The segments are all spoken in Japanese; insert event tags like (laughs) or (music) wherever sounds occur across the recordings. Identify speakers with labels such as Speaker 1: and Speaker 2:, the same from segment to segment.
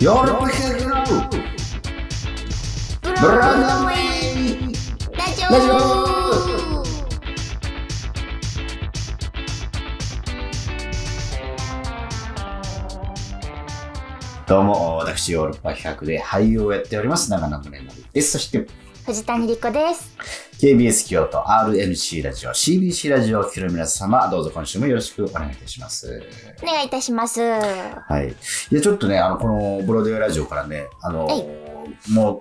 Speaker 1: Европа Херроу!
Speaker 2: ブ
Speaker 1: ブ
Speaker 2: ラ
Speaker 1: ランドウェイ
Speaker 2: ンドウェイラジ
Speaker 1: ラジ
Speaker 2: オ
Speaker 1: どうも、私、ヨーロッパ企画で俳優をやっております、長野宗則です。そして、
Speaker 2: 藤谷莉子です。
Speaker 1: KBS 京都 RNC ラジオ CBC ラジオを聴きの皆様、どうぞ今週もよろしくお願いいたします。
Speaker 2: お願いいたします。
Speaker 1: はい。いや、ちょっとね、あの、このブロードウェイラジオからね、あの、
Speaker 2: はい
Speaker 1: も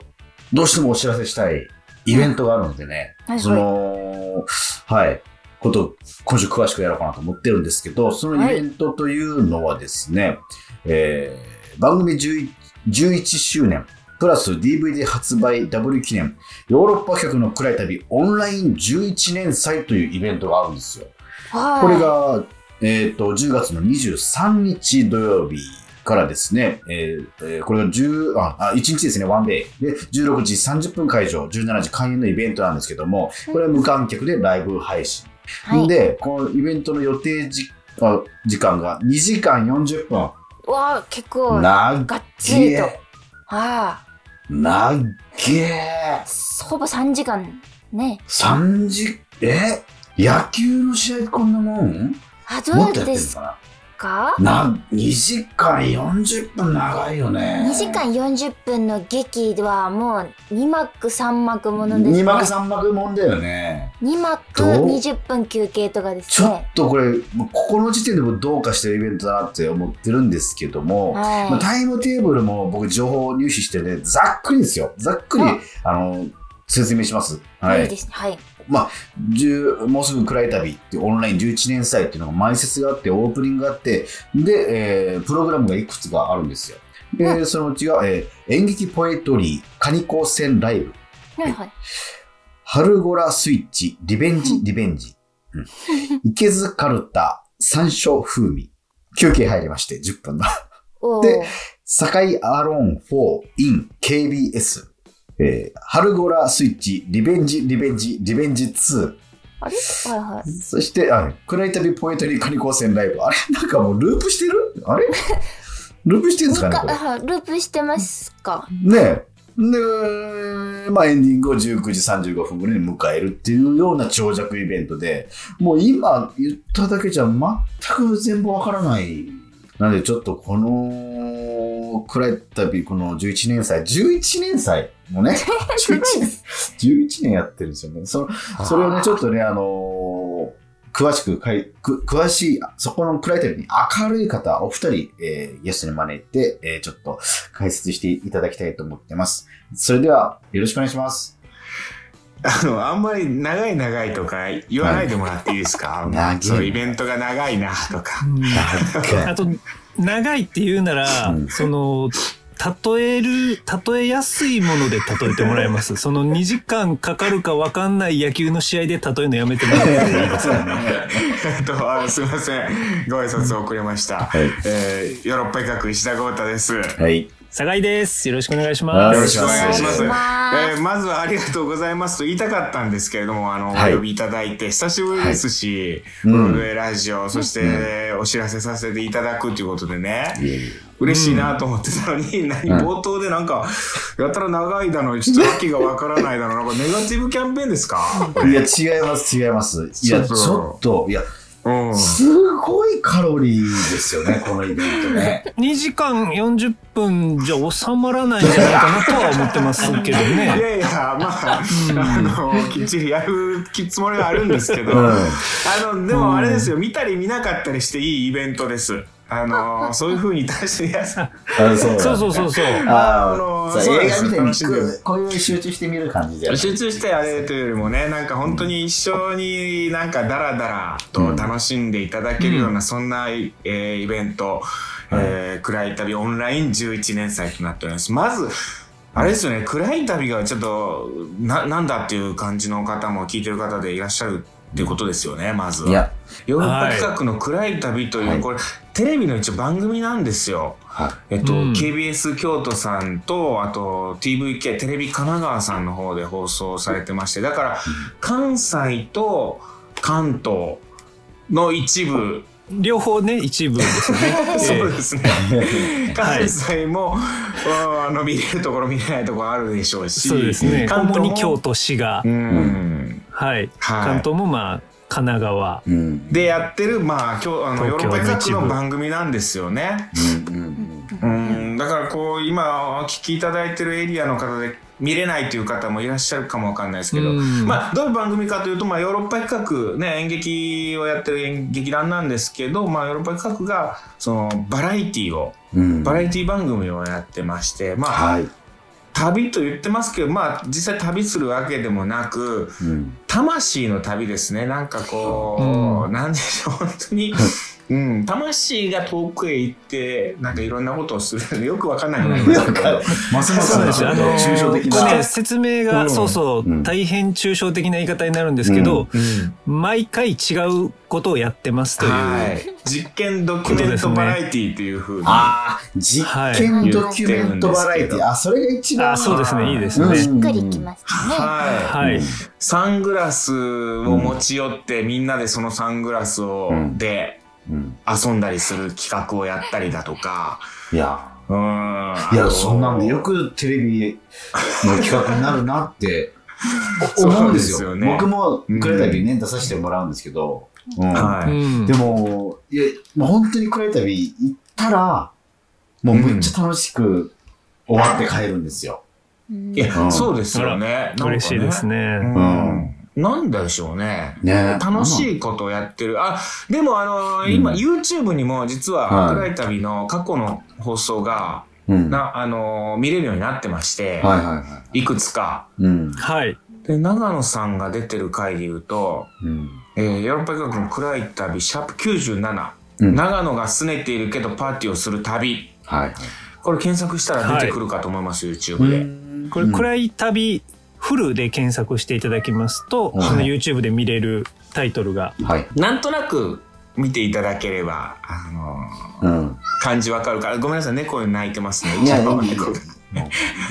Speaker 1: う、どうしてもお知らせしたいイベントがあるのでね、
Speaker 2: はい
Speaker 1: その、はい、こと、今週詳しくやろうかなと思ってるんですけど、そのイベントというのはですね、えー番組 11, 11周年、プラス DVD 発売 W 記念、ヨーロッパ客の暗い旅オンライン11年祭というイベントがあるんですよ。
Speaker 2: はい
Speaker 1: これ、が、えー、と10月の23日土曜日からですね、えーえーこれが10ああ1日ですね、ワンデーで、16時30分会場、17時開演のイベントなんですけども、これは無観客でライブ配信。
Speaker 2: はい、
Speaker 1: で、このイベントの予定時あ時間が2時間40分。
Speaker 2: わあ、結構、が
Speaker 1: なっ
Speaker 2: っつりと。あ
Speaker 1: なっげえ
Speaker 2: あ、ほぼ3時間ね。
Speaker 1: 3時、え野球の試合でこんなもん
Speaker 2: あ、
Speaker 1: も
Speaker 2: ど
Speaker 1: っ
Speaker 2: う
Speaker 1: とやって
Speaker 2: で
Speaker 1: るの
Speaker 2: す
Speaker 1: かな
Speaker 2: か
Speaker 1: な2時間40分長いよね
Speaker 2: ?2 時間40分の劇はもう2幕3幕ものですね。
Speaker 1: 2幕3幕もんだよね
Speaker 2: 2幕
Speaker 1: どう
Speaker 2: 20分休憩とかです
Speaker 1: ちょ
Speaker 2: ね。
Speaker 1: っとこれもうここの時点でもどうかしてるイベントだなって思ってるんですけども、まあ、
Speaker 2: は
Speaker 1: タイムテーブルも僕情報を入手してねざっくりですよざっくり
Speaker 2: あ
Speaker 1: あの説明します
Speaker 2: い。
Speaker 1: はい
Speaker 2: いいですね。はい。
Speaker 1: 10もうすぐ暗い旅ってオンライン11年祭っていうのが前説があってオープニングがあってで、えープログラムがいくつかあるんですよで、
Speaker 2: う
Speaker 1: そのうちが、えー演劇ポエトリーカニ高専ライブ
Speaker 2: はいはい。
Speaker 1: 春ゴラスイッチ、リベン
Speaker 2: う
Speaker 1: ジ、
Speaker 2: ん
Speaker 1: リベンジ。うん、 (laughs) 池津カルタ、山椒風味。休憩入りまして、10分の。
Speaker 2: お
Speaker 1: で
Speaker 2: ー。
Speaker 1: 堺アロン4 in KBS。えー、春ゴラスイッチ、リベンジ、リベンジ、リベンジ2。
Speaker 2: あれはいはい。
Speaker 1: そして、あ暗い旅ポエトリーカニ高専ライブ。あれなんかもうループしてるあれループしてるんですかねこれ
Speaker 2: あループしてますか。
Speaker 1: ねえ。で、まあエンディングを19時35分ぐらいに迎えるっていうような長尺イベントで、もう今言っただけじゃ全く全部わからない。なのでちょっとこの、暗い旅、この11年祭、11年祭もね、11年、11年やってるんですよね。そのそれをね、ちょっとね、あのー詳しくかい、く詳しい、そこの暗い旅に明るい方、お二人、えーゲストに招いて、えーちょっと解説していただきたいと思ってます。それでは、よろしくお願いします。
Speaker 3: あの、あんまり長い長いとか言わないでもらっていいですか、
Speaker 1: 長い
Speaker 3: そう、イベントが長いなとか。 (laughs)
Speaker 1: は
Speaker 4: あと長いって言うなら、
Speaker 1: うん
Speaker 4: その例える例えやすいもので例えてもら
Speaker 1: (laughs)
Speaker 4: いますその2時間かかるか分かんない野球の試合で例えるのやめてもら
Speaker 1: (laughs)
Speaker 4: っていいですか
Speaker 3: えっと、あすいません。ご挨拶遅れました。
Speaker 1: い。
Speaker 3: えー、ヨーロッパ企画石田豪太です。
Speaker 1: はい。
Speaker 4: 酒井ですよろしくお願いします
Speaker 1: よろしくお願いします
Speaker 2: お願い
Speaker 3: え
Speaker 2: し
Speaker 3: ーまずはありがとうございますと言いたかったんですけれども、あの、
Speaker 1: はい
Speaker 3: お呼びいただいて、久しぶりですし、
Speaker 1: うん
Speaker 3: ブロードウェイラジオ、そして、お知らせさせていただくということでね。
Speaker 1: いえいえ
Speaker 3: 嬉しいなと思ってたのに、何
Speaker 1: うん
Speaker 3: 冒頭でなんか、やたら長いだの、ちょっと訳がわからないだの、なんかネガティブキャンペーンですか
Speaker 1: いや、違います、違います。いや、ち
Speaker 3: そうそう
Speaker 1: ょっと、いや、
Speaker 3: うん。
Speaker 1: すごいカロリーですよね、このイベントね。
Speaker 4: 2時間40分じゃ収まらないんじゃないかなとは思ってますけど
Speaker 3: い
Speaker 4: ね
Speaker 3: やいや、まあ、あの、きっちりやるつもりはあるんですけど、
Speaker 1: うん
Speaker 3: あの、でもあれですよ、見たり見なかったりしていいイベントです。あの、そういうふうに対して、いやさ
Speaker 1: あそう
Speaker 4: そうそうそうそう
Speaker 1: あ
Speaker 3: あの
Speaker 1: さ
Speaker 3: そうなん
Speaker 1: 映
Speaker 3: です
Speaker 1: 画みたいに
Speaker 3: 楽しんで
Speaker 1: こういう集中して見る感じじゃない
Speaker 3: 集中してやれというよりもね、なんか本当に一緒になんかダラダラと楽しんでいただけるような、そんな、えーイベント、えー暗い旅オンライン11年祭となっております。まず、あれですよね、暗い旅がちょっと、な、なんだっていう感じの方も聞いてる方でいらっしゃるっていうことですよね、まずは。
Speaker 1: いや、
Speaker 3: ヨーロッパ企画の暗い旅という、
Speaker 1: はい
Speaker 3: これ、テレビの一応番組なんですよ。
Speaker 1: は
Speaker 3: えっと、
Speaker 4: うん
Speaker 3: KBS 京都さんと、あと TVK、テレビ神奈川さんの方で放送されてまして、だから、関西と関東の一部。
Speaker 4: 両方ね、一部で
Speaker 1: (laughs)
Speaker 4: すよね
Speaker 3: (laughs) そう
Speaker 4: え
Speaker 3: で
Speaker 4: え
Speaker 3: すね。
Speaker 4: はい
Speaker 3: 関西も、あの見れるところ見れないところあるでしょうし、
Speaker 4: そうですね。
Speaker 3: 関
Speaker 4: 主
Speaker 3: 東も
Speaker 4: に京。都、市が
Speaker 3: う、ん。
Speaker 4: はい。
Speaker 3: はい
Speaker 4: 関東もまあ、神奈川。
Speaker 1: うんうん
Speaker 3: でやってる、まあ、今日あのヨーロ
Speaker 4: 東
Speaker 3: ッ
Speaker 4: 京の
Speaker 3: パ企画
Speaker 4: 一
Speaker 3: の
Speaker 4: 部
Speaker 3: 番組なんですよね。
Speaker 1: うん
Speaker 3: うん、だからこう今お聞きいただいてるエリアの方で見れないという方もいらっしゃるかもわかんないですけど、
Speaker 4: うん
Speaker 3: まあ、どういう番組かというと、まあ、ヨーロッパ企画、ね、演劇をやってる演劇団なんですけど、まあ、ヨーロッパ企画がそのバラエティを
Speaker 1: うん
Speaker 3: バラエティ番組をやってまして、まあ
Speaker 1: はい
Speaker 3: 旅と言ってますけど、まあ、実際旅するわけでもなく
Speaker 1: うん
Speaker 3: 魂の旅ですねなんかこう、
Speaker 4: う
Speaker 3: なんでしょう本当に。うん、魂が遠くへ行ってなんかいろんなことをするよくわかんなくなりましたけど、
Speaker 1: ますます
Speaker 4: そ
Speaker 1: なん
Speaker 4: うで
Speaker 1: か
Speaker 4: すあの
Speaker 1: 抽象的
Speaker 4: これね、
Speaker 1: な
Speaker 4: 説明が、
Speaker 3: うん
Speaker 4: そうそうう、
Speaker 1: ん
Speaker 4: 大変抽象的な言い方になるんですけど、
Speaker 3: うん
Speaker 4: 毎回違うことをやってますという。
Speaker 3: はい、実験ドキュメントバラエティーというふうに、
Speaker 1: あー実験ドキュメントバラエティあそれが一番
Speaker 4: あ、そうですね、いいです
Speaker 1: うん
Speaker 4: ね。
Speaker 2: しっくりきましたね。
Speaker 3: は
Speaker 4: はい。
Speaker 3: い、サングラスを持ち寄って、みんなでそのサングラスを、
Speaker 1: うん
Speaker 3: で
Speaker 1: うん
Speaker 3: 遊んだりする企画をやったりだとか
Speaker 1: いや
Speaker 3: うー
Speaker 1: い
Speaker 3: んあ
Speaker 1: や
Speaker 3: の
Speaker 1: そんなんでよくテレビの企画になるなって思うんですよ
Speaker 3: そうですよね
Speaker 1: 僕もクレタビね出させてもらうんですけど、うん
Speaker 3: はい、
Speaker 4: うん
Speaker 1: でもいやもう本当にクレタビ行ったらもうめっちゃ楽しく終わって帰るんですよ、
Speaker 2: うん
Speaker 3: いや、
Speaker 1: うん
Speaker 3: そうですよねなんかね
Speaker 4: 嬉しいですね。
Speaker 3: うん、なんでしょうね
Speaker 1: ね
Speaker 3: 楽しいことをやってる。あ、でもあの、今、
Speaker 1: うん
Speaker 3: YouTube にも実は、
Speaker 1: はい
Speaker 3: 暗い旅の過去の放送が、
Speaker 1: うんは
Speaker 3: な、あの、見れるようになってまして
Speaker 1: い、はいはい
Speaker 3: くつか。
Speaker 1: いうん
Speaker 4: はい。
Speaker 3: で、長野さんが出てる回で言うと、
Speaker 1: うん
Speaker 3: えーヨーロッパ企画の暗い旅、シャープ97。
Speaker 1: うん
Speaker 3: 長野が拗ねているけどパーティーをする旅。
Speaker 1: はいはい
Speaker 3: これ検索したら出てくるかと思います、YouTube で。
Speaker 1: ん
Speaker 4: これ、暗い旅、フルで検索していただきますと、
Speaker 1: はい
Speaker 4: その YouTube で見れるタイトルが。
Speaker 1: はい
Speaker 3: なんとなく見ていただければ、あの
Speaker 1: うん
Speaker 3: 感じわかるから。ごめんなさい、猫に泣いてますね。
Speaker 1: いやいいい
Speaker 3: 猫が
Speaker 1: いいい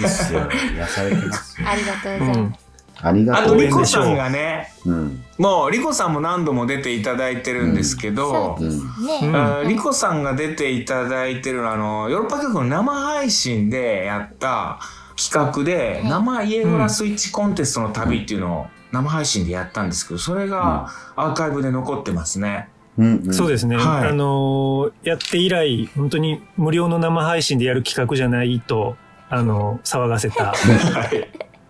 Speaker 1: ですよ癒されてますよ
Speaker 2: ありがとう
Speaker 4: う
Speaker 2: ござい
Speaker 4: ん
Speaker 2: ます。。
Speaker 1: ありが
Speaker 3: あ
Speaker 1: と
Speaker 3: と、
Speaker 1: う
Speaker 4: 応
Speaker 3: リ
Speaker 4: 援
Speaker 3: コ
Speaker 4: でしょう
Speaker 3: さんがね、
Speaker 1: うん
Speaker 3: もう、リコさんも何度も出ていただいてるんですけど、
Speaker 1: うん
Speaker 2: ね、
Speaker 4: うん
Speaker 3: あーリコさんが出ていただいてるあの、ヨーロッパ局の生配信でやった企画で、
Speaker 2: うん
Speaker 3: 生イエゴラスイッチコンテストの旅っていうのを生配信でやったんですけど、それがアーカイブで残ってますね。
Speaker 1: うん
Speaker 4: そうですね。
Speaker 3: はい
Speaker 4: あのーやって以来、本当に無料の生配信でやる企画じゃないと、あのー騒がせた、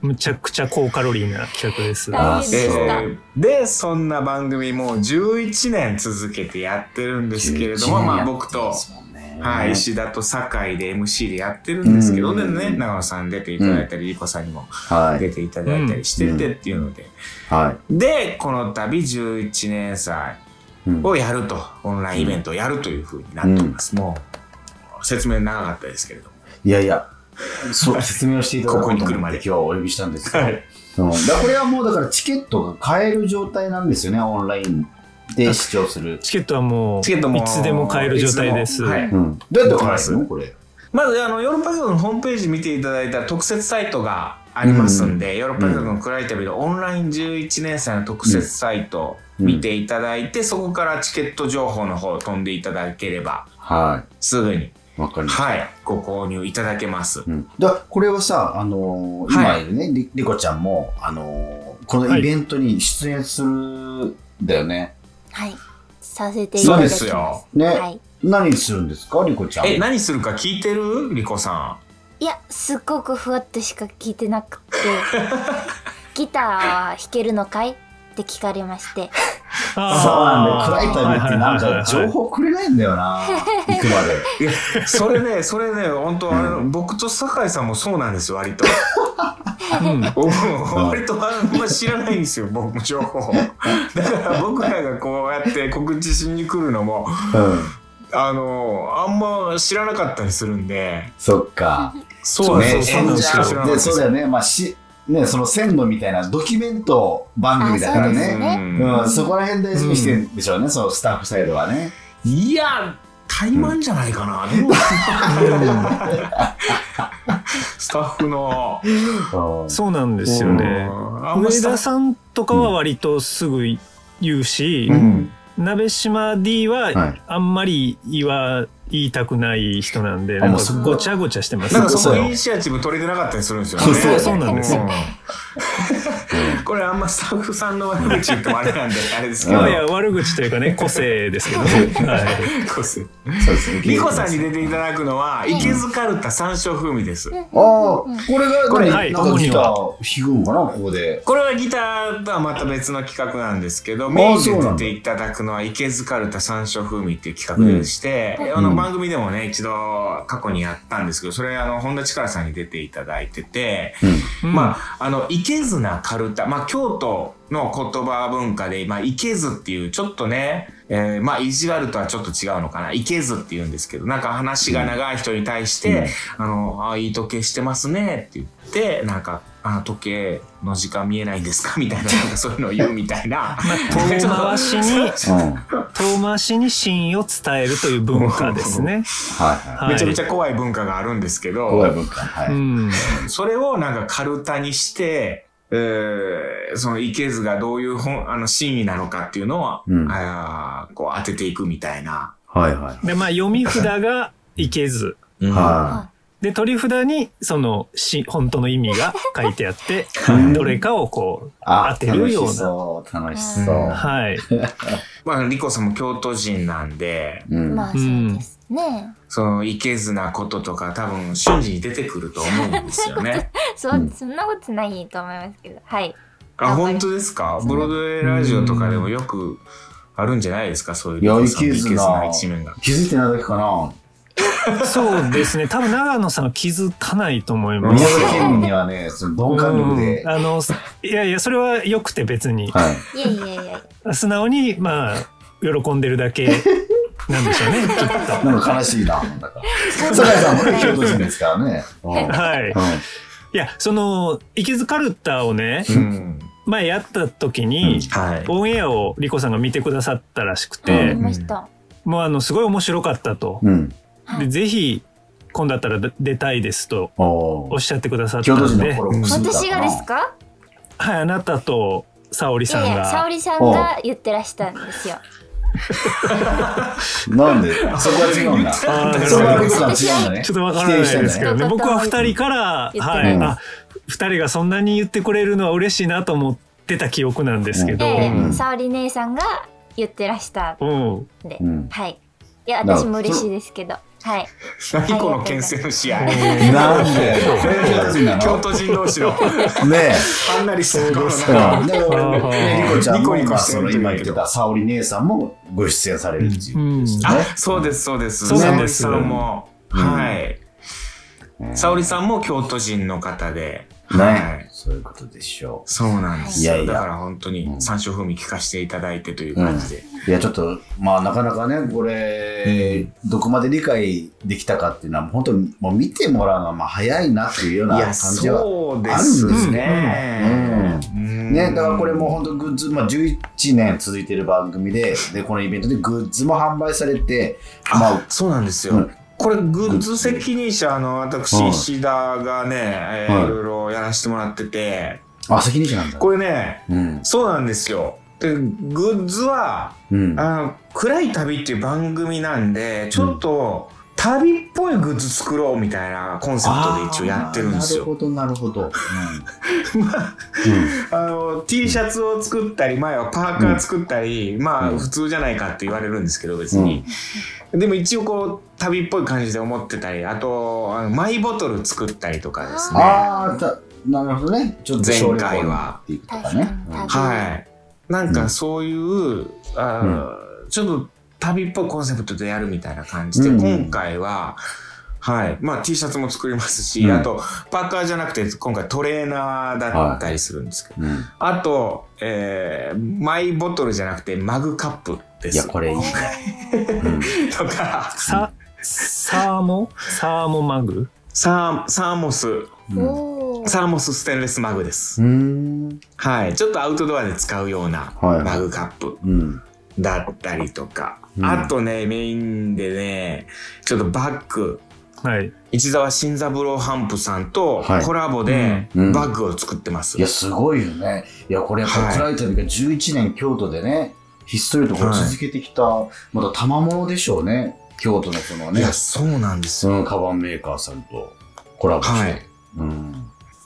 Speaker 4: むちゃくちゃ高カロリーな企画です。
Speaker 1: あー
Speaker 2: 大変
Speaker 1: そう
Speaker 2: でした。
Speaker 3: えーで、そんな番組もう11年続けてやってるんですけれども、まあ僕と、はい、石田と酒井で MC でやってるんですけど、
Speaker 1: うんうんうん
Speaker 3: でね、長野さん出ていただいたり、リコさんにも
Speaker 1: はい
Speaker 3: 出ていただいたりしててっていうので、
Speaker 1: は
Speaker 3: でこの度11年祭
Speaker 1: いうん
Speaker 3: をやるとオンラインイベントをやるというふうになってます、もう説明長かったですけれども
Speaker 1: いやいやそう説明をしていただこうと
Speaker 3: ここに来
Speaker 1: 思
Speaker 3: る
Speaker 1: っ
Speaker 3: ま
Speaker 1: て
Speaker 3: で
Speaker 1: 今日はお呼びしたんですけど、
Speaker 3: はい
Speaker 1: うん、だからこれはもうだからチケットが買える状態なんですよねオンラインで視聴する、
Speaker 4: チケットはもう、
Speaker 3: チケットも
Speaker 4: いつでも買える状態です。
Speaker 3: いつでもはい
Speaker 1: うん、どうやって買えるのこれ
Speaker 3: まずあのヨーロッパ企画のホームページ見ていただいたら特設サイトがありますんで、ヨーロッパ企画の暗い旅のオンライン11年祭の特設サイト見ていただいて、そこからチケット情報の方飛んでいただければ
Speaker 1: は
Speaker 3: すぐに、
Speaker 1: いわかりました
Speaker 3: はい、ご購入いただけます、
Speaker 1: うん、だこれはさ、あのー今
Speaker 3: はい
Speaker 1: いるね、りりこちゃんも、あのーこのイベントに出演するんだよね。
Speaker 2: はい。させていた
Speaker 3: そう
Speaker 2: だきま
Speaker 3: で
Speaker 2: すす。
Speaker 3: よ
Speaker 1: ね、
Speaker 2: はい。
Speaker 1: 何するんですか、りこちゃん。
Speaker 3: え何するか聞いてるリコさん
Speaker 2: いや、すっごくふわっとしか聞いてなくて、ギターは弾けるのかいって聞かれまして、
Speaker 1: そうなんだよ、暗い
Speaker 4: タ
Speaker 1: タイムってなんか情報くれないんだよな、行くまで。
Speaker 3: いや、それね、それね、本当、あれ、
Speaker 1: う
Speaker 3: 僕と酒井さんもそうなんですよ、割と。
Speaker 4: うん
Speaker 3: お割とあんま知らないんですよ、 (laughs) 僕も情報。だから僕らがこうやって告知しに来るのも、
Speaker 1: うん、
Speaker 3: あの、あんま知らなかったりするんで。
Speaker 1: そっか。
Speaker 3: そう
Speaker 1: ね、
Speaker 3: そう
Speaker 1: 演
Speaker 3: そう
Speaker 1: 者
Speaker 3: そう知らなかった
Speaker 1: で、
Speaker 3: で
Speaker 1: そう
Speaker 3: す
Speaker 1: だよね、まあ、し、ね、その線路みたいなドキュメント番組だから
Speaker 2: あそうで
Speaker 1: ね。
Speaker 2: すね
Speaker 3: うん
Speaker 1: うん、そこら辺大事にしてるんでしょうね、そのスタッフサイドはね。
Speaker 3: いや、怠慢じゃないか (laughs) な。でもスタッフの。
Speaker 1: うん
Speaker 4: そうなんですよね。
Speaker 3: うんあんま
Speaker 4: 上
Speaker 3: スタッ
Speaker 4: 田
Speaker 3: フ
Speaker 4: さんとかは割とすぐ言うし、
Speaker 1: ん
Speaker 4: 鍋島 D
Speaker 1: は
Speaker 4: はいあんまり言わ言いたくない人なんで、
Speaker 1: あ
Speaker 4: なん
Speaker 1: もう
Speaker 4: か
Speaker 1: そこ
Speaker 4: ごちゃごちゃしてます
Speaker 3: なんかそ
Speaker 1: そう
Speaker 3: こ
Speaker 1: よ
Speaker 3: イニシアチブ取れてなかったりするんですよ
Speaker 1: そう
Speaker 3: ね。
Speaker 1: そう
Speaker 4: そうなんですよ
Speaker 3: うんこれあんまスタッフさんの悪口言ってもあれなんで、あれです
Speaker 1: う
Speaker 3: け
Speaker 4: い
Speaker 1: ん
Speaker 3: ど
Speaker 4: やい。や悪口というかね個性ですけどね、はい、
Speaker 3: こうする
Speaker 1: そうですね
Speaker 3: リコさんに出ていただくのは、池津かるた山椒風味です。
Speaker 1: ああ、これが、
Speaker 4: これ
Speaker 1: 何
Speaker 4: はい
Speaker 1: なんかギター
Speaker 4: 主
Speaker 1: 弾くんかな、ここで。
Speaker 3: これはギターとはまた別の企画なんですけど、メインで
Speaker 1: そうなん
Speaker 3: 出
Speaker 1: だ
Speaker 3: ていただくのは、池津かるた山椒風味っていう企画でして、
Speaker 1: ん
Speaker 3: あ
Speaker 1: う
Speaker 3: の
Speaker 1: ん
Speaker 3: 番組でもね、一度過去にやったんですけど、それあの、本田力さんに出ていただいてて、
Speaker 4: うん
Speaker 3: まあ、あの、池綱かるた、まあ、京都の言葉文化で、まあ、池津っていう、ちょっとね、えーまあ、意地悪とはちょっと違うのかな。池津って言うんですけど、なんか話が長い人に対して、あの、あ、いい時計してますねって言って、なんか、あ時計の時間見えないんですかみたいな、なんかそういうのを言うみたいな。
Speaker 4: 遠回しに
Speaker 1: うん。はい
Speaker 4: (laughs) 遠回しに真意を伝えるという文化ですね。
Speaker 1: は
Speaker 4: はい
Speaker 3: めちゃめちゃ怖い文化があるんですけ
Speaker 1: い。怖い
Speaker 3: ど、
Speaker 1: 文化。は
Speaker 4: う
Speaker 1: い。
Speaker 4: ん、
Speaker 3: それをなんかカルタにして、えーその池津がどういう本、あの、真意なのかっていうのを、
Speaker 1: うん
Speaker 3: あーこう当てていくみたいな。
Speaker 1: はいは
Speaker 4: でまあ読み札がいけず
Speaker 1: い。は
Speaker 4: で取り札にそのし本当の意味が書いてあって
Speaker 1: うん
Speaker 4: どれかをこう
Speaker 1: い。あ
Speaker 4: 当、てるよ
Speaker 1: 楽
Speaker 4: う
Speaker 1: し
Speaker 4: な。
Speaker 1: そう。楽しそうう。
Speaker 3: ん
Speaker 4: はい、
Speaker 3: まあ、リコさんも京都人なんで、
Speaker 1: うん。
Speaker 2: まあそうですね。
Speaker 3: その、いけずなこととか多分瞬時に出てくると思うんです
Speaker 1: (laughs)
Speaker 3: よね。
Speaker 2: そ
Speaker 1: うん
Speaker 2: うそんなことないと思いますけど、はい。
Speaker 3: あ、本当ですかブロードウェイラジオとかでもよくあるんじゃないですかそういう
Speaker 1: いや、
Speaker 3: リコ
Speaker 1: い
Speaker 3: さん
Speaker 1: け
Speaker 3: のい
Speaker 1: ず
Speaker 3: けず
Speaker 1: な
Speaker 3: な。一面が。
Speaker 1: 気づいてないだけかな。
Speaker 4: そうですね多分長野さんは気づかないと思いま
Speaker 1: 宮
Speaker 4: す。
Speaker 1: 崎県民にはね、その鈍感力で
Speaker 4: うん。あのいやいやそれは良くて別に
Speaker 1: はい。
Speaker 2: いやいやいや。
Speaker 4: 素直にまあ喜んでるだけなんでしょ
Speaker 1: (laughs)
Speaker 4: うねきっ
Speaker 1: なんか悲しいな、なんだか。酒井さんもね、京都人ですからね。うんうん
Speaker 4: と。はい。いやその池津カルタをね
Speaker 3: うん。
Speaker 4: 前やった時に、
Speaker 3: はい。
Speaker 4: オンエアをリコさんが見てくださったらしく
Speaker 2: 思
Speaker 4: て
Speaker 2: い、ました。
Speaker 4: もうあのすごい面白かったと、
Speaker 1: うん。
Speaker 2: は
Speaker 4: で
Speaker 2: い
Speaker 4: ぜひ今度だったら出出たいですと
Speaker 1: お
Speaker 4: おっ
Speaker 1: ー
Speaker 4: しゃってくださった
Speaker 1: 京都
Speaker 4: ん
Speaker 1: 人の
Speaker 4: で、
Speaker 1: 頃くすぶった
Speaker 2: 私
Speaker 1: か
Speaker 2: が
Speaker 1: な
Speaker 2: ですか？
Speaker 4: はい、あなたと沙織
Speaker 2: い
Speaker 4: さ
Speaker 2: や
Speaker 4: ん
Speaker 2: いや、沙
Speaker 4: が
Speaker 2: 織さんが言ってらしたんですよ。
Speaker 1: なんでそこは違うんだ。そこ
Speaker 4: あー
Speaker 1: はリコ
Speaker 3: (laughs)
Speaker 1: さん違うんだね。
Speaker 4: ちょっとわからないで
Speaker 1: 否定したん
Speaker 4: すけ
Speaker 1: だね
Speaker 4: どね
Speaker 2: ね
Speaker 4: 僕は2人から、
Speaker 2: 言って
Speaker 4: は
Speaker 2: ない
Speaker 4: い、
Speaker 1: うん
Speaker 4: あ2人がそんなに言ってくれるのは嬉しいなと思ってた記憶なんですけど、
Speaker 2: で
Speaker 1: う、ん
Speaker 2: 沙織姉さんが言ってらした
Speaker 4: うん、
Speaker 2: んで
Speaker 1: う、ん。
Speaker 2: はい。いや、
Speaker 1: なるほ
Speaker 2: 私
Speaker 1: ど
Speaker 2: も嬉しいですけど、はい。
Speaker 3: 何この牽制の試合。
Speaker 1: なんでこれ京都人な
Speaker 3: 京
Speaker 1: の
Speaker 3: 都人同士の、
Speaker 1: ね
Speaker 3: あんなりした頃
Speaker 1: え。うん、だ
Speaker 3: な
Speaker 1: か、
Speaker 3: んから
Speaker 1: ね、リコちゃん
Speaker 3: ニコニ
Speaker 1: も、
Speaker 3: コ
Speaker 1: まあ、
Speaker 3: して
Speaker 1: そ
Speaker 3: る
Speaker 1: の
Speaker 3: という
Speaker 1: 今言ってた沙織姉さんもご出演されるっていうことですね。
Speaker 3: あ、そうです、そうです。
Speaker 4: そうなんです
Speaker 3: 沙織さんも、
Speaker 1: うん
Speaker 3: はい。
Speaker 1: うん
Speaker 3: 沙織さんも京都人の方で、は
Speaker 1: ね
Speaker 3: い。
Speaker 1: そういうことでしょ
Speaker 3: そうなんです
Speaker 1: いや
Speaker 3: よ。
Speaker 1: いや
Speaker 3: だから本当に三椒風味聞かせていただいてという感じで。
Speaker 1: う。いや、ちょっと、まあ、なかなかね、これ、どこまで理解できたかっていうのは、本当にもう見てもらうのは、まあ、早いなっていうようない感
Speaker 3: や、
Speaker 1: じは。
Speaker 3: そうで
Speaker 1: あるんですす
Speaker 3: ね
Speaker 1: ね。
Speaker 3: うん
Speaker 1: ね、だからこれもう本当グッズ、まあ、11年続いてる番組ででこのイベントでグッズも販売されてまあ
Speaker 3: あ、そうなんですよ。
Speaker 1: うん
Speaker 3: これ、グッズ責任者、あの、
Speaker 1: は
Speaker 3: 私、
Speaker 1: い
Speaker 3: 石田がね、え
Speaker 1: はい
Speaker 3: ーいろいろやらせてもらってて、
Speaker 1: あ責任者なんだ
Speaker 3: これね、
Speaker 1: うん
Speaker 3: そうなんですよ。で、グッズは、
Speaker 1: うん
Speaker 3: あの、暗い旅っていう番組なんで、ちょっと、旅っぽいグッズ作ろうみたいなコンセプトで一応やってるんで
Speaker 1: あーなる
Speaker 3: すよ。
Speaker 1: ほどなるほど、うん
Speaker 3: あの、T シャツを作ったり、前はパーカー作ったり、ま
Speaker 1: う
Speaker 3: あ
Speaker 1: ん
Speaker 3: 普通じゃないかって言われるんですけど、別に。でも一応こう、旅っぽい感じで思ってたり、あと、あのマイボトル作ったりとかですね。は
Speaker 1: ああたなるほどねちょっと
Speaker 3: 前回は
Speaker 1: 省略っていうことかね
Speaker 2: 確かに
Speaker 1: うん
Speaker 2: 確
Speaker 3: い。なんかそういう、あーちょっと旅っぽいコンセプトでやるみたいな感じで、
Speaker 1: うん
Speaker 3: 今回は、はい。まあ T シャツも作りますし、
Speaker 1: うん
Speaker 3: あと、パーカーじゃなくて、今回トレーナーだったりするんですけど、
Speaker 1: うん
Speaker 3: あと、えーマイボトルじゃなくてマグカップで
Speaker 1: いや
Speaker 3: す。
Speaker 1: これいいね、うん
Speaker 3: とか、
Speaker 4: さサーモサーモマグ
Speaker 3: サーサーモス、
Speaker 2: おお。
Speaker 3: サーモスステンレスマグです。
Speaker 1: うん
Speaker 3: はい。ちょっとアウトドアで使うような
Speaker 1: はいはい
Speaker 3: マグカップ
Speaker 1: うん
Speaker 3: だったりとか、
Speaker 1: うん
Speaker 3: あとね、メインでね、ちょっとバッグ、
Speaker 4: はい
Speaker 3: 市沢新三郎ハンプさんと
Speaker 1: はい
Speaker 3: コラボで
Speaker 1: うん
Speaker 3: バッグを作ってます。
Speaker 1: いやすごいよねいやこれやっぱ暗い旅が11年京都でねひっそりとこう続けてきた、まだ賜物でしょうね。京都のこの
Speaker 3: い
Speaker 1: ね
Speaker 3: や、、そうなんです
Speaker 1: う
Speaker 3: よ。
Speaker 1: ん、カバンメーカーさんとコラボして。
Speaker 3: はい。
Speaker 1: うん。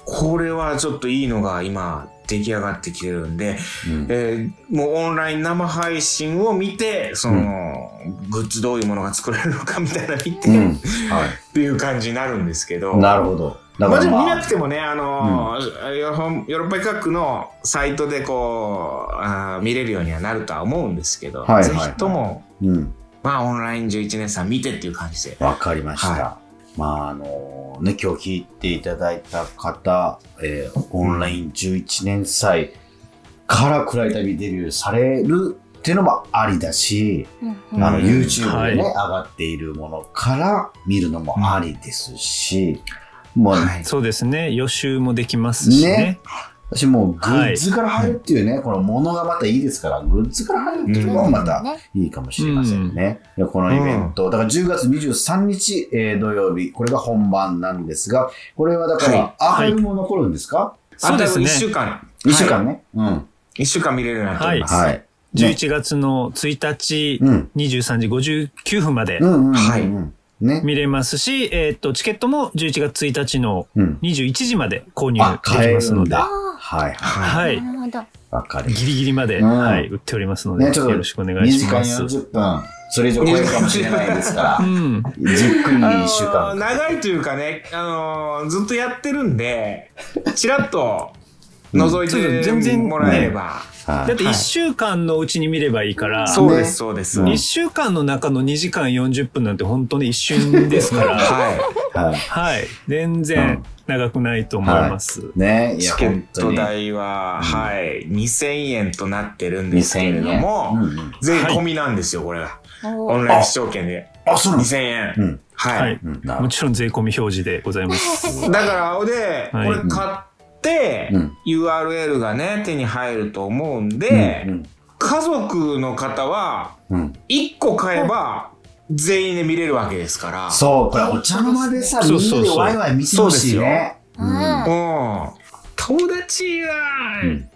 Speaker 3: これはちょっといいのが今出来上がってきてるんで、
Speaker 1: うん
Speaker 3: えーもうオンライン生配信を見て、その、グッズどういうものが作れるのかみたいなの見て、
Speaker 1: う
Speaker 3: っ
Speaker 1: ん。はい。
Speaker 3: ていう感じになるんですけど。
Speaker 1: なるほど。だ
Speaker 3: まあ
Speaker 1: か
Speaker 3: で
Speaker 1: ら、
Speaker 3: も
Speaker 1: ま
Speaker 3: 見
Speaker 1: あ
Speaker 3: なくてもね、あのーヨーロッパヨーロッパ各国のサイトでこうあー、見れるようにはなるとは思うんですけど、
Speaker 1: はいはい
Speaker 3: ぜひとも、
Speaker 1: うん。
Speaker 3: まあオンライン11年さん見てっていう感じで。
Speaker 1: わかりました。
Speaker 3: は
Speaker 1: まあ、あのね、今日聞いていただいた方、えーオンライン11年祭から暗い旅デビューされるっていうのもありだし、
Speaker 2: うんう
Speaker 3: うん
Speaker 2: ん
Speaker 1: あの、YouTube
Speaker 4: は
Speaker 1: で
Speaker 4: い
Speaker 1: ね、上がっているものから見るのもありですし、もう、
Speaker 3: はい
Speaker 4: そうですね。予習もできますしね。
Speaker 1: 私もうグッズから入るっていうね、このものがまたいいですから、グッズから入るっていうのもまた
Speaker 2: ね
Speaker 1: いいかもしれませんね。いやこのイベント、だから10月23日、えー土曜日、これが本番なんですが、これはだか
Speaker 3: は
Speaker 1: ら、アー
Speaker 4: い
Speaker 1: カイブも残るんですか、
Speaker 4: そうですね
Speaker 3: あと1週間。
Speaker 1: 一 ?1 週間ね。うん。
Speaker 3: 1週間見れるようになっております。
Speaker 1: はい。ね
Speaker 4: 11月の1日、
Speaker 1: うん。
Speaker 4: 23時59分まで
Speaker 1: うんうんうんうん。
Speaker 3: はい
Speaker 1: ね。
Speaker 4: 見れますし、えーっと、チケットも11月1日の
Speaker 1: うん。
Speaker 4: 21時まで購入
Speaker 1: あ、
Speaker 4: で
Speaker 1: 買
Speaker 4: き
Speaker 1: え
Speaker 4: ます
Speaker 1: る
Speaker 4: の
Speaker 1: ん
Speaker 4: で、
Speaker 1: だ
Speaker 4: は。
Speaker 2: あ
Speaker 1: はい。
Speaker 3: はい
Speaker 2: あ
Speaker 4: い
Speaker 2: な。るほど
Speaker 1: わかりまし
Speaker 4: ギリギリまで、
Speaker 1: うん
Speaker 4: はい、売っておりますの
Speaker 1: た。
Speaker 4: で、
Speaker 1: ね、ちょ
Speaker 4: よろ
Speaker 1: っ
Speaker 4: し
Speaker 1: と、
Speaker 4: くお願い
Speaker 1: 2時
Speaker 4: し
Speaker 1: 間
Speaker 4: ます。
Speaker 1: 40分、それ以上超えるかもしれないですか
Speaker 4: う
Speaker 1: ら、
Speaker 4: ん。
Speaker 1: じっくり
Speaker 3: あのー
Speaker 1: 1週間。
Speaker 3: 長いというかね、あのーずっとやってるんで、ちらっと覗い
Speaker 4: うん
Speaker 3: て
Speaker 4: 全然
Speaker 3: もらえれば。
Speaker 1: は
Speaker 4: だ
Speaker 1: い
Speaker 4: って
Speaker 3: はい
Speaker 4: 1週間のうちに見ればいいから、
Speaker 1: ん
Speaker 3: そうです、そうです。
Speaker 1: うん
Speaker 4: 1週間の中の2時間40分なんて本当に一瞬ですから、
Speaker 3: は
Speaker 1: はい。
Speaker 4: はい。全
Speaker 1: うん
Speaker 4: 然長くないと思います。
Speaker 1: ね
Speaker 3: い。
Speaker 1: いや、
Speaker 3: チケッ
Speaker 1: 本当
Speaker 3: ト
Speaker 1: に。
Speaker 3: 代は、
Speaker 1: うん
Speaker 3: はい、2000円となってるんです
Speaker 1: 2000
Speaker 3: けれ
Speaker 1: 円
Speaker 3: ど
Speaker 1: ね。
Speaker 3: も、
Speaker 1: うんうん
Speaker 3: 税込みなんですよ、これが。
Speaker 2: お
Speaker 3: オ
Speaker 2: ー
Speaker 3: ンライン視聴券で。
Speaker 1: あ、そうなんです
Speaker 3: 2000円。
Speaker 1: うん。
Speaker 3: は
Speaker 4: はいい。
Speaker 1: うんなるほ
Speaker 4: も
Speaker 1: ど
Speaker 4: ちろん税込み表示でございま
Speaker 1: (laughs)
Speaker 4: す。
Speaker 3: だから、で、こ
Speaker 4: はい
Speaker 3: れ買って
Speaker 1: うん、
Speaker 3: URL がね、手に入ると思うん
Speaker 1: うん
Speaker 3: で、家族の方は、
Speaker 1: うんうん
Speaker 3: 1個買えば、全員で見れるわけですから。
Speaker 1: そう、これお茶の間でさ、み
Speaker 4: そうそ
Speaker 1: ん
Speaker 4: うそう
Speaker 1: なでワイワイ見てほしいね。
Speaker 2: そ
Speaker 1: う
Speaker 2: うですよ
Speaker 1: ん
Speaker 3: うん。友達は、
Speaker 1: うん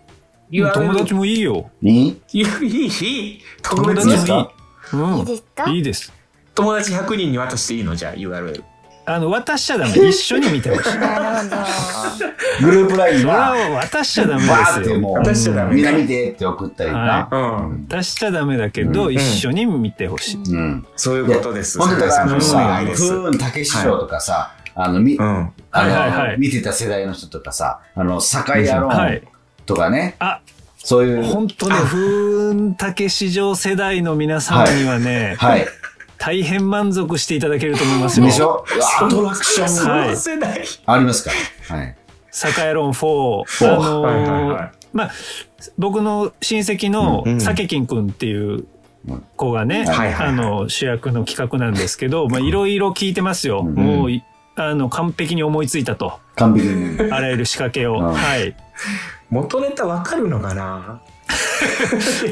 Speaker 4: 友達もいいよ。
Speaker 1: いい
Speaker 3: いいいい特別
Speaker 1: いいで
Speaker 3: ですす
Speaker 1: か
Speaker 4: う
Speaker 2: いいですか
Speaker 4: ん。いいです。
Speaker 3: 友達100人に渡していいのじゃあ URL
Speaker 4: あの、渡しちゃダメ。
Speaker 1: (laughs)
Speaker 4: 一緒に見てほしい。
Speaker 2: なるほど
Speaker 1: グループライン
Speaker 4: それ
Speaker 1: は、
Speaker 4: は渡しちゃダメ
Speaker 1: バーっ
Speaker 4: です
Speaker 1: て
Speaker 4: よ。
Speaker 1: も
Speaker 3: 私じゃダ
Speaker 1: う、
Speaker 3: メ
Speaker 1: みんな見てって送ったりな。
Speaker 3: う
Speaker 1: うんん。
Speaker 4: 出しちゃダメだけど、
Speaker 1: うん
Speaker 4: 一緒に見てほしい。
Speaker 1: うん。
Speaker 3: そういうことです
Speaker 1: 本当だから、あ
Speaker 3: 桜
Speaker 1: の
Speaker 3: 井さんの
Speaker 1: さ、
Speaker 3: お願い
Speaker 1: プ
Speaker 3: です
Speaker 1: ーンたけし師匠とかさ、あの、み、
Speaker 3: うん
Speaker 4: はい
Speaker 1: あ
Speaker 4: はいは
Speaker 1: の、
Speaker 4: い
Speaker 1: 見てた世代の人とかさ、あの、堺アロ
Speaker 4: は
Speaker 1: ー
Speaker 4: い
Speaker 1: ン。とかね、
Speaker 4: あ、
Speaker 1: そういう、
Speaker 4: 本当ね、風雲竹市場世代の皆さんにはね、
Speaker 1: はい。
Speaker 4: 大変満足していただけると思いますよ
Speaker 1: で。しょうわアトラクションが
Speaker 4: はい
Speaker 3: 同世代
Speaker 1: ありますから。はい。
Speaker 4: サカヤロン4。
Speaker 1: 4
Speaker 4: あの
Speaker 3: はいはい
Speaker 4: ー
Speaker 3: はい
Speaker 4: まあ、僕の親戚
Speaker 1: う
Speaker 4: の
Speaker 3: ん
Speaker 4: サケキンくんっていう
Speaker 1: うん
Speaker 4: 子がね、
Speaker 1: はい
Speaker 3: はいはい
Speaker 4: あの、主役の企画なんですけど、まあ、いろいろ聞いてますよ。
Speaker 1: うん
Speaker 4: もうい、あの、完璧に思いついたと。
Speaker 1: 完璧に。
Speaker 4: あらゆる仕掛けを。
Speaker 1: うん
Speaker 4: はい。
Speaker 3: 元ネタわかるのかな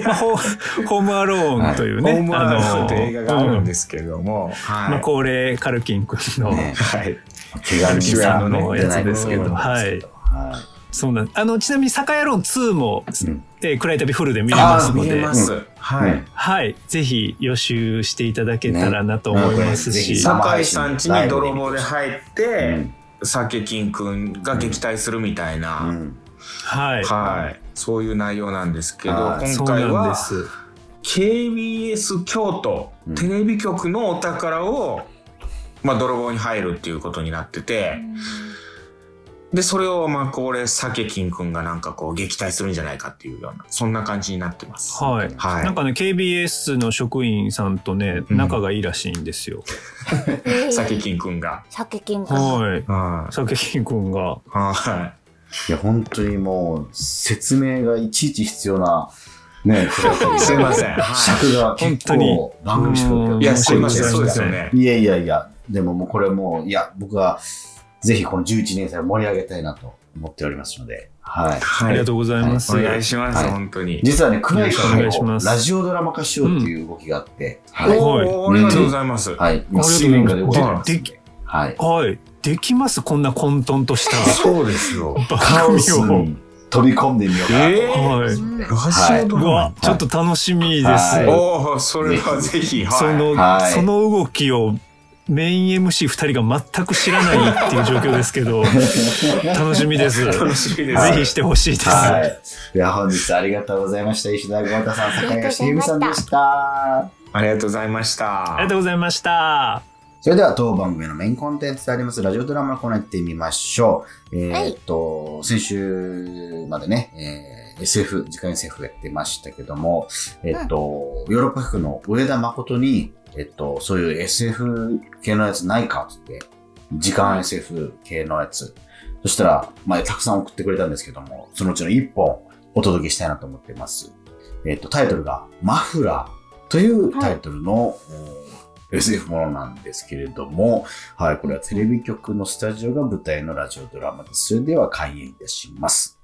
Speaker 4: まあ、ホホームアローンという
Speaker 3: ホ
Speaker 4: ね、
Speaker 3: ームアローンという映画があるん
Speaker 4: す。
Speaker 3: ですけれども
Speaker 4: うんまあ、
Speaker 3: は
Speaker 4: 恒例カルキンくんの、
Speaker 1: ね
Speaker 3: いはい
Speaker 1: 手紙
Speaker 3: 主
Speaker 1: さ
Speaker 3: 演
Speaker 1: ん
Speaker 3: のね
Speaker 1: のやつですけど、
Speaker 4: はい
Speaker 1: は
Speaker 4: そうなんあの、ちなみにサカヤロン2も、
Speaker 1: うん
Speaker 4: えー暗い旅フルで見れますの
Speaker 3: 見れ
Speaker 4: で
Speaker 3: ま。
Speaker 1: う
Speaker 3: す
Speaker 1: い。
Speaker 3: はい
Speaker 4: はい。ぜひ予習していただけたらなと思います
Speaker 1: ね
Speaker 4: し。
Speaker 1: ね
Speaker 3: 酒井さん家に泥棒で入って酒金くんが撃退するみたいな、
Speaker 1: うん
Speaker 4: はい。
Speaker 3: はい、そういう内容なんですけど、
Speaker 1: はい
Speaker 3: 今
Speaker 4: そう
Speaker 3: 回
Speaker 4: なん
Speaker 3: は
Speaker 4: です。
Speaker 3: KBS 京都
Speaker 1: うん
Speaker 3: テレビ局のお宝を、まあ、泥棒に入るっていうことになっててでそれをまあこれ酒金くんがなんかこう撃退するんじゃないかっていうようなそんな感じになってます。
Speaker 4: はい。
Speaker 3: はい
Speaker 4: なんかね、KBS の職員さんとね、
Speaker 3: うん
Speaker 4: 仲がいいらしいんですよ。
Speaker 2: えー
Speaker 3: 酒金くんが、
Speaker 2: 酒金か
Speaker 4: はい。
Speaker 3: は
Speaker 4: 佐々木くんが。
Speaker 3: いはい
Speaker 1: や、本当にもう、説明がいちいち必要な、ね、黒田
Speaker 3: い、すいません。はい
Speaker 1: 尺が結構番組しか
Speaker 4: うん
Speaker 3: いやすいま
Speaker 1: せ
Speaker 3: せん
Speaker 1: ん
Speaker 3: そうですよね。
Speaker 1: いやいやいや、でももうこれはもう、いや、僕は、ぜひこの11年生を盛り上げたいなと思っておりますので、はい。
Speaker 4: あ
Speaker 3: は
Speaker 4: り
Speaker 3: い
Speaker 4: がとうございます。
Speaker 3: お願いします、
Speaker 1: はい
Speaker 3: 本当に。
Speaker 1: 実はね、暗い
Speaker 4: お願いし
Speaker 1: から
Speaker 4: ま
Speaker 1: を
Speaker 4: す
Speaker 1: ラジオドラマ化しようっていう動きがあって、はい。
Speaker 3: おおーありがとうございます。
Speaker 1: はい。今
Speaker 4: ありがとうございます
Speaker 1: 水面下で動いてますん
Speaker 4: で
Speaker 1: で。はい。
Speaker 4: はい。できますこんな混沌とした
Speaker 3: そうですよ。
Speaker 4: 番
Speaker 1: カオス
Speaker 4: 組を。
Speaker 1: に飛び込んでみようかなと。
Speaker 3: えー
Speaker 4: はい。
Speaker 2: うん
Speaker 3: ラジオド
Speaker 4: う
Speaker 3: ラマ
Speaker 4: わ、ちょっと楽しみです。
Speaker 1: はい
Speaker 3: おおそれはぜひはい
Speaker 4: その、
Speaker 1: はい
Speaker 4: その動きをメイン MC2 人が全く知らないっていう状況ですけど、楽しみです。
Speaker 3: 楽
Speaker 4: ぜ
Speaker 3: しみです、
Speaker 4: ひしてほしいです。
Speaker 1: はい。では本日ありがとうございました。石田豪太さん、坂井義美さんでした。
Speaker 3: ありがとうございました
Speaker 4: ありがとうございました。
Speaker 1: それでは当番組のメインコンテンツでありますラジオドラマのコーナー行ってみましょう。えーっと、先週までね、えー SF、時間 SF やってましたけども、えーっと、ヨーロッパ服の上田誠に、えーっと、そういう SF 系のやつないかっつって、時間 SF 系のやつ。そしたら、まあ、たくさん送ってくれたんですけども、そのうちの1本お届けしたいなと思ってます。えーっと、タイトルが、マフラーというタイトルの、お SF ものなんですけれども、はい、これはテレビ局のスタジオが舞台のラジオドラマです。それでは開演いたします。